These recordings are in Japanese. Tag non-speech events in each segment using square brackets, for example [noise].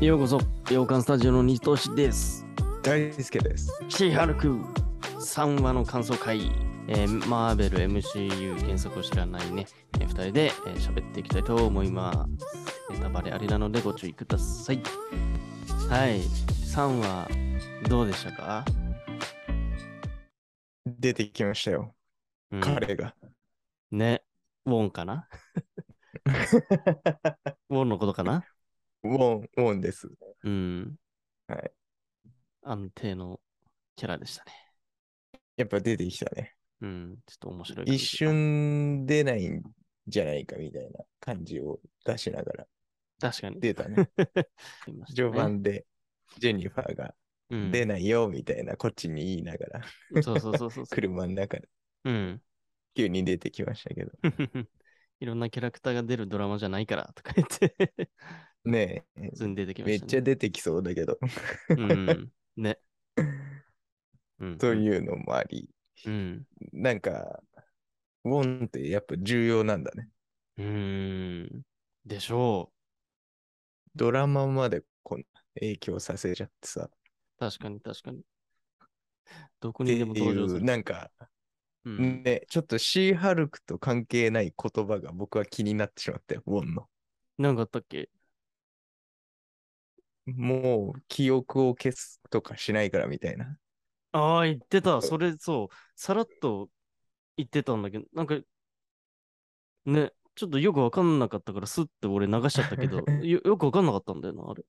ようこそ、洋館スタジオの西しです。大輔です。シーハルク3話の感想会、えーマーベル MCU 原作を知らないね、え2人でえー喋、っていきたいと思います。ネタバレありなのでご注意ください。はい、3話どうでしたか、出てきましたよ、うん彼が。ね、ウォンか [laughs] なウォンのことかなウォン、ウォンです。うん。はい。安定のキャラでしたね。やっぱ出てきたね。うん、ちょっと面白い感じ。一瞬出ないんじゃないかみたいな感じを出しながら確かに。出たね。いましたね序盤でジェニファーがうん出ないよみたいなこっちに言いながらそうそうそう [laughs] そうそう。車の中でうん。 [laughs] 急に出てきましたけど。いろんなキャラクターが出るドラマじゃないからとか言って、ねえ、普通に出てきまめし、ったね。ちゃ出てきそうだけど、うん。ね。うん。そういうのもあり、うん。なんか、ウォンってやっぱ重要なんだね。うーん。でしょドラマまでこんな影響させちゃってさ。う。確かに確かに。どこっにでもて登場すいう、る。なんか、うん、ね、ちょっとシーハルクと関係ない言葉が僕は気になってしまったよ、ウォンの。なんかあったっけもう記憶を消すとかしないからみたいな。ああ、言ってた。それそう。さらっと言ってたんだけど、なんか、ね、ちょっとよくわかんなかったから、スッて俺流しちゃったけど、よよくわかんなかったんだよな、あれ。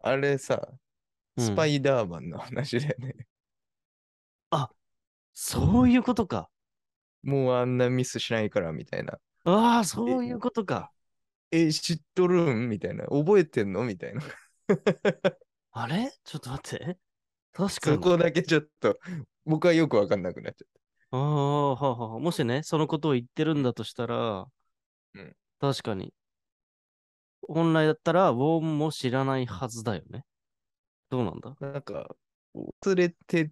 あれさ、うんスパイダーマンの話だよね。そういうことか。もうあんなミスしないからみたいな。ああ、そういうことか。え、知っとるんみたいな。覚えてんのみたいな。あれちょっと待って。確かに。そこだけちょっと、僕はよくわかんなくなっちゃっああ、はあはあはあもしね、そのことを言ってるんだとしたら、うん確かに。本来だったら、ウォンも知らないはずだよね。どうなんだた。なんか、忘れて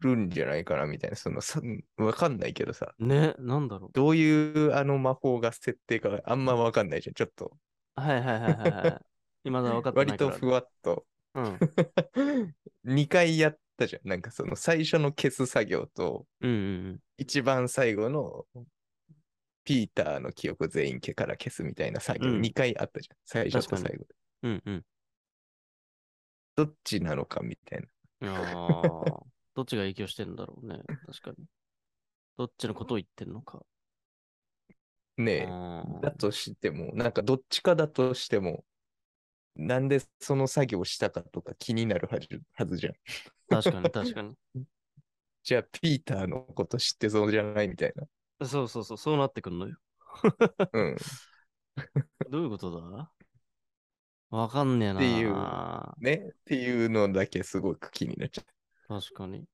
るんじゃないかなみたいな。そのさ、わかんないけどさ。ね、なんだろどういうあの魔法が設定かあんまわかんないじゃん。ちょっと、う。はいはいはいはい [laughs] はい。未だ分かってな割いから、とね。ふわっと。 [laughs] うん。 2回やったじゃん。なんかその最初の消す作業と、うんうん一番最後のピーターの記憶全員家から消すみたいな作業うん2回あったじゃん。最初と確か最後で。うん。うんうん。どっちなのかみたいな。ああ、どっちが影響してんだろうね。確かに。どっちのことを言ってんのか。ねえ。あーだとしても、なんかどっちかだとしても、なんでその作業したかとか気になるはずはずじゃん。確かに確かに。 [laughs] じゃあピーターのこと知ってそうじゃないみたいな。そうそうそう、そうなってくんのよ。うん。どういうことだわかんねえな。っていうね。っていうのだけすごく気になっちゃう。確かに。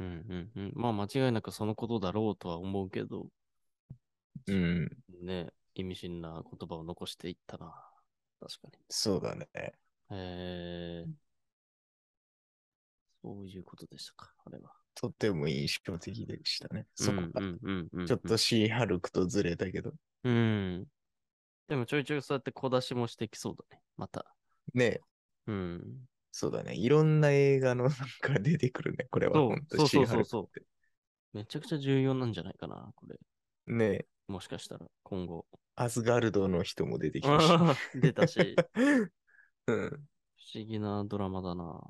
うんうんうん。まあ間違いなくそのことだろうとは思うけど、うん。ね、意味深な言葉を残していったな。確かに。そうだね。えー、そういうことでしたか、あれは。とても印象的でしたね。そこうが。んうんうんうん、ちょっと。シーハルクとずれたけど。うん。でもちょいちょいそうやって小出しもしてきそうだね。また。ねえうん。そうだね。いろんな映画のなん [laughs] か出てくるね。これはそう本当そうシそうーハそうルクそうって。めちゃくちゃ重要なんじゃないかな、これ。ねえもしかしたら、今後。アスガルドの人も出てき [laughs] ましたし。あー出たし、うん。不思議なドラマだな。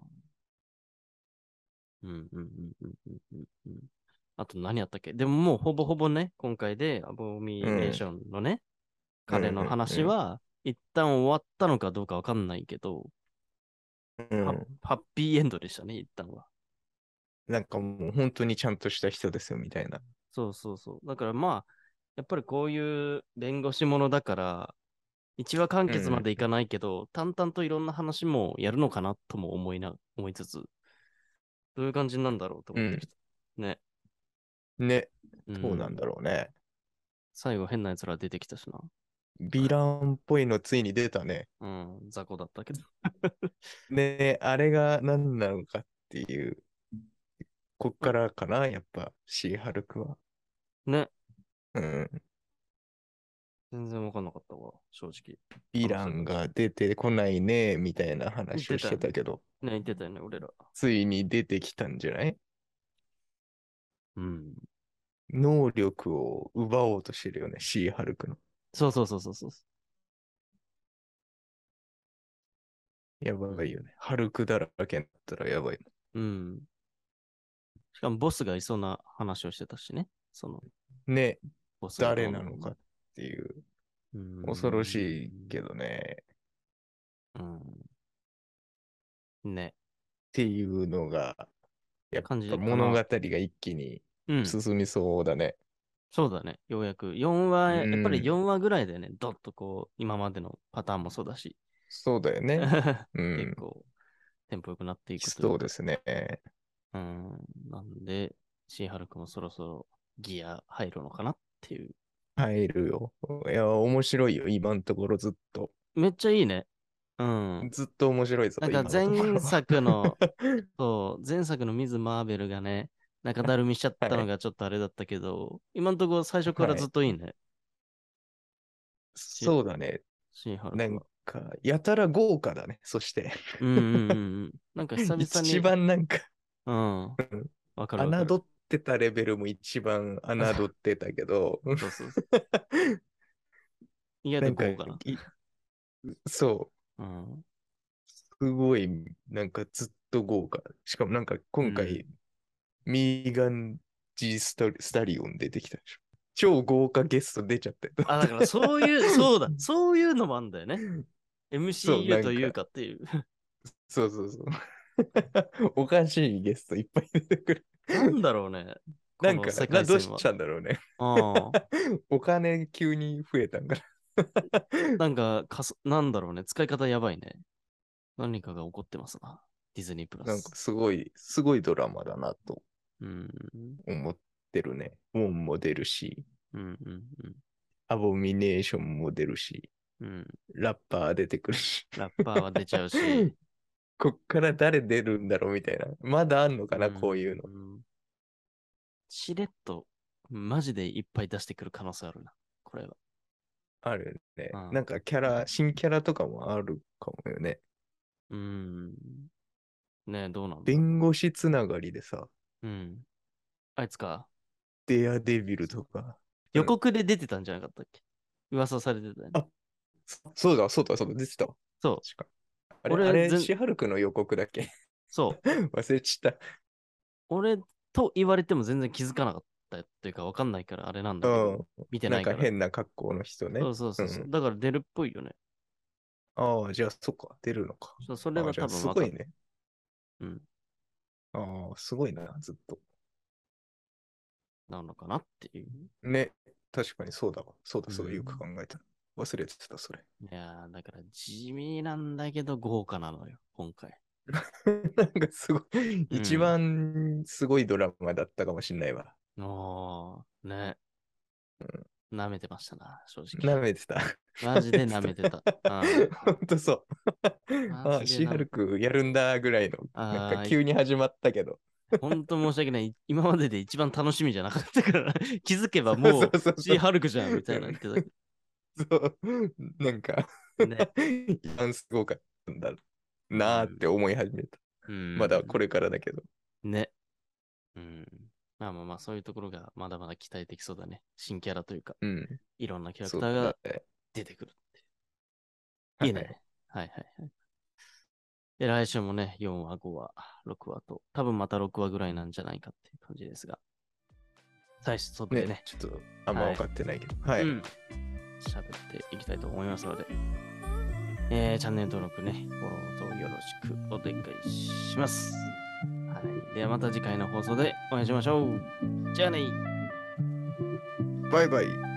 うんうんうんうんうんうんうん。あと何やったっけでももうほぼほぼね、今回でアボミネーションのね、彼の話は、一旦終わったのかどうかわかんないけど、うん、ハッハッピーエンドでしたね、一旦は。なんかもう本当にちゃんとした人ですよみたいな。そうそうそう。だからまあ、やっぱりこういう弁護士ものだから、一話完結までいかないけど、淡々といろんな話もやるのかなとも思いな、思いつつ、どういう感じなんだろうと思ってきた。ね。うんそうなんだろうね。最後変な奴ら出てきたしな。ヴィランっぽいのついに出たね。うん、雑魚だったけど。ねえ、あれが何なのかっていう。こっからかな、やっぱ、シーハルクは。ね。うん。全然わかんなかったわ。よ、正直。ヴィランが出てこないね、みたいな話をしてたけど、ね、言ってたよね、俺ら。ついに出てきたんじゃないうん。能力を奪おうとしてるよね、シーハルクの。そうそうそうそうそう。やばいよね。ハルクだらけになったらやばい。うん。しかもボスがいそうな話をしてたしね。そのね、ボスが誰なのかっていう、うん恐ろしいけどね、っうん。ね。ていうのが、やっぱ感じかな物語が一気にうん。進みそうだね。そうだね。ようやく。4話、うんやっぱり4話ぐらいでね、どっとこう、今までのパターンもそうだし、そうだよね。結うん。構、テンポ良くなっていくといそううかですね。うん。なんで、シーハルクもそろそろギア入るのかなっていう。入るよ。いや、面白いよ。今のところずっと。めっちゃいいね。うん。ずっと面白いぞ。なんか今のところ前作 [laughs] の、そう、前作のミズ・マーベルがね、中だるみしちゃったのがちょっとあれだったけど、今のところ最初からずっといいね。そうだね。シーハルクなは。んか、やたら豪華だね。そして、うんうんうんうん。なん [laughs] か久々に。一番なんか、うん。わかるわかる。侮ってたレベルも一番侮ってたけど、そうそう [laughs] そう。意な外んとかこうかな。いそうん。う、すごい、なんかずっと豪華。しかもなんか今回、ミーガン・ジースタリ・スタリオン出てきたでしょ。超豪華ゲスト出ちゃって。あ、だからそう [laughs] いう、そうだ、そういうのもあんだよね。そうなん MCU かというかっていう。そうそうそう。 [laughs] おかしいゲストいっぱい出てくる。なんだろうね。なんこのか世、な界ど線うしはちゃうんだろうね。 [laughs] うお金急に増えたんかん。なんかかそ、なんだろうね。使い方やばいね。何かが起こってますな。ディズニープラな。ス。なんかすごい、すごいドラマだなとうん。思ってるね。ウォンも出るし、うんうんアボミネーションも出るし、うん。うん。ラッパー出てくるし。 [laughs] ラッパーは出ちゃうし。こっから誰出るんだろうみたいな。まだあんのかな、んこういうの。んしれっと、マジでいっぱい出してくる可能性あるな。これは。あるねうん。なんかキャラ、新キャラとかもあるかもよね。うん。ねえ、どうなんだ弁護士つながりでさ、うん。あいつか。デアデビルとか。予告で出てたんじゃなかったっけ噂されてたよね。そそうだ、そうだ、そうだ、出てたわ。そう、確か。あれ、俺あれ全シハルクの予告だっけ [laughs] そう。忘れちゃっ俺と言われても全然気づかなかったっていうか分かんないからあれなんた。だけど、う見てん。なないんか。から変な格好の人ねそ。うそうそうそう、うだから出るっぽいよね。ああ、じゃあ、そっか、出るのか。そうそれあはじゃ多あ分す分かごるいね。うん。ああ、すごいな、ずっと。なのかなっていう。ね、確かにそうだわ。そうだ、そうだ、うんよく考えた。忘れてた、それ。 [laughs] いやー、だから地味なんだけど豪華なのよ、今回。なんかすごい、一番すごいドラマだったかもしんないわ。おー、ね。舐めてましたな、正直。舐めてた。マジで舐めてた。 [laughs] うんほんとそう。マジで舐めあたシーハルクやるんだぐらいの、あなんか急に始まったけど。、ほんと申し訳ない。今までで一番楽しみじゃなかったから、 [laughs] 気づけばもう [laughs] そうそうそうシーハルクじゃんみたいな言ってたけそうなんか、 [laughs] どね。一番すごかったんだなーって思い始めた。うんまだこれからだけど。ね。うん。まあまあまあ、そういうところがまだまだ期待できそうだね。新キャラというか、うん。いろんなキャラクそうターがだね出てくるってはいいいね。はいはいはい。で、来週もね、4話、5話、6話と、多分また6話ぐらいなんじゃないかっていう感じですが。最初、そっでねね、ちょっとあんま分かってないけど。はうい。ん喋っていきたいと思いますので、えーチャンネル登録ね、フォローとよろしくお願いします。はい。ではまた次回の放送でお会いしましょう。じゃあねバイバイ。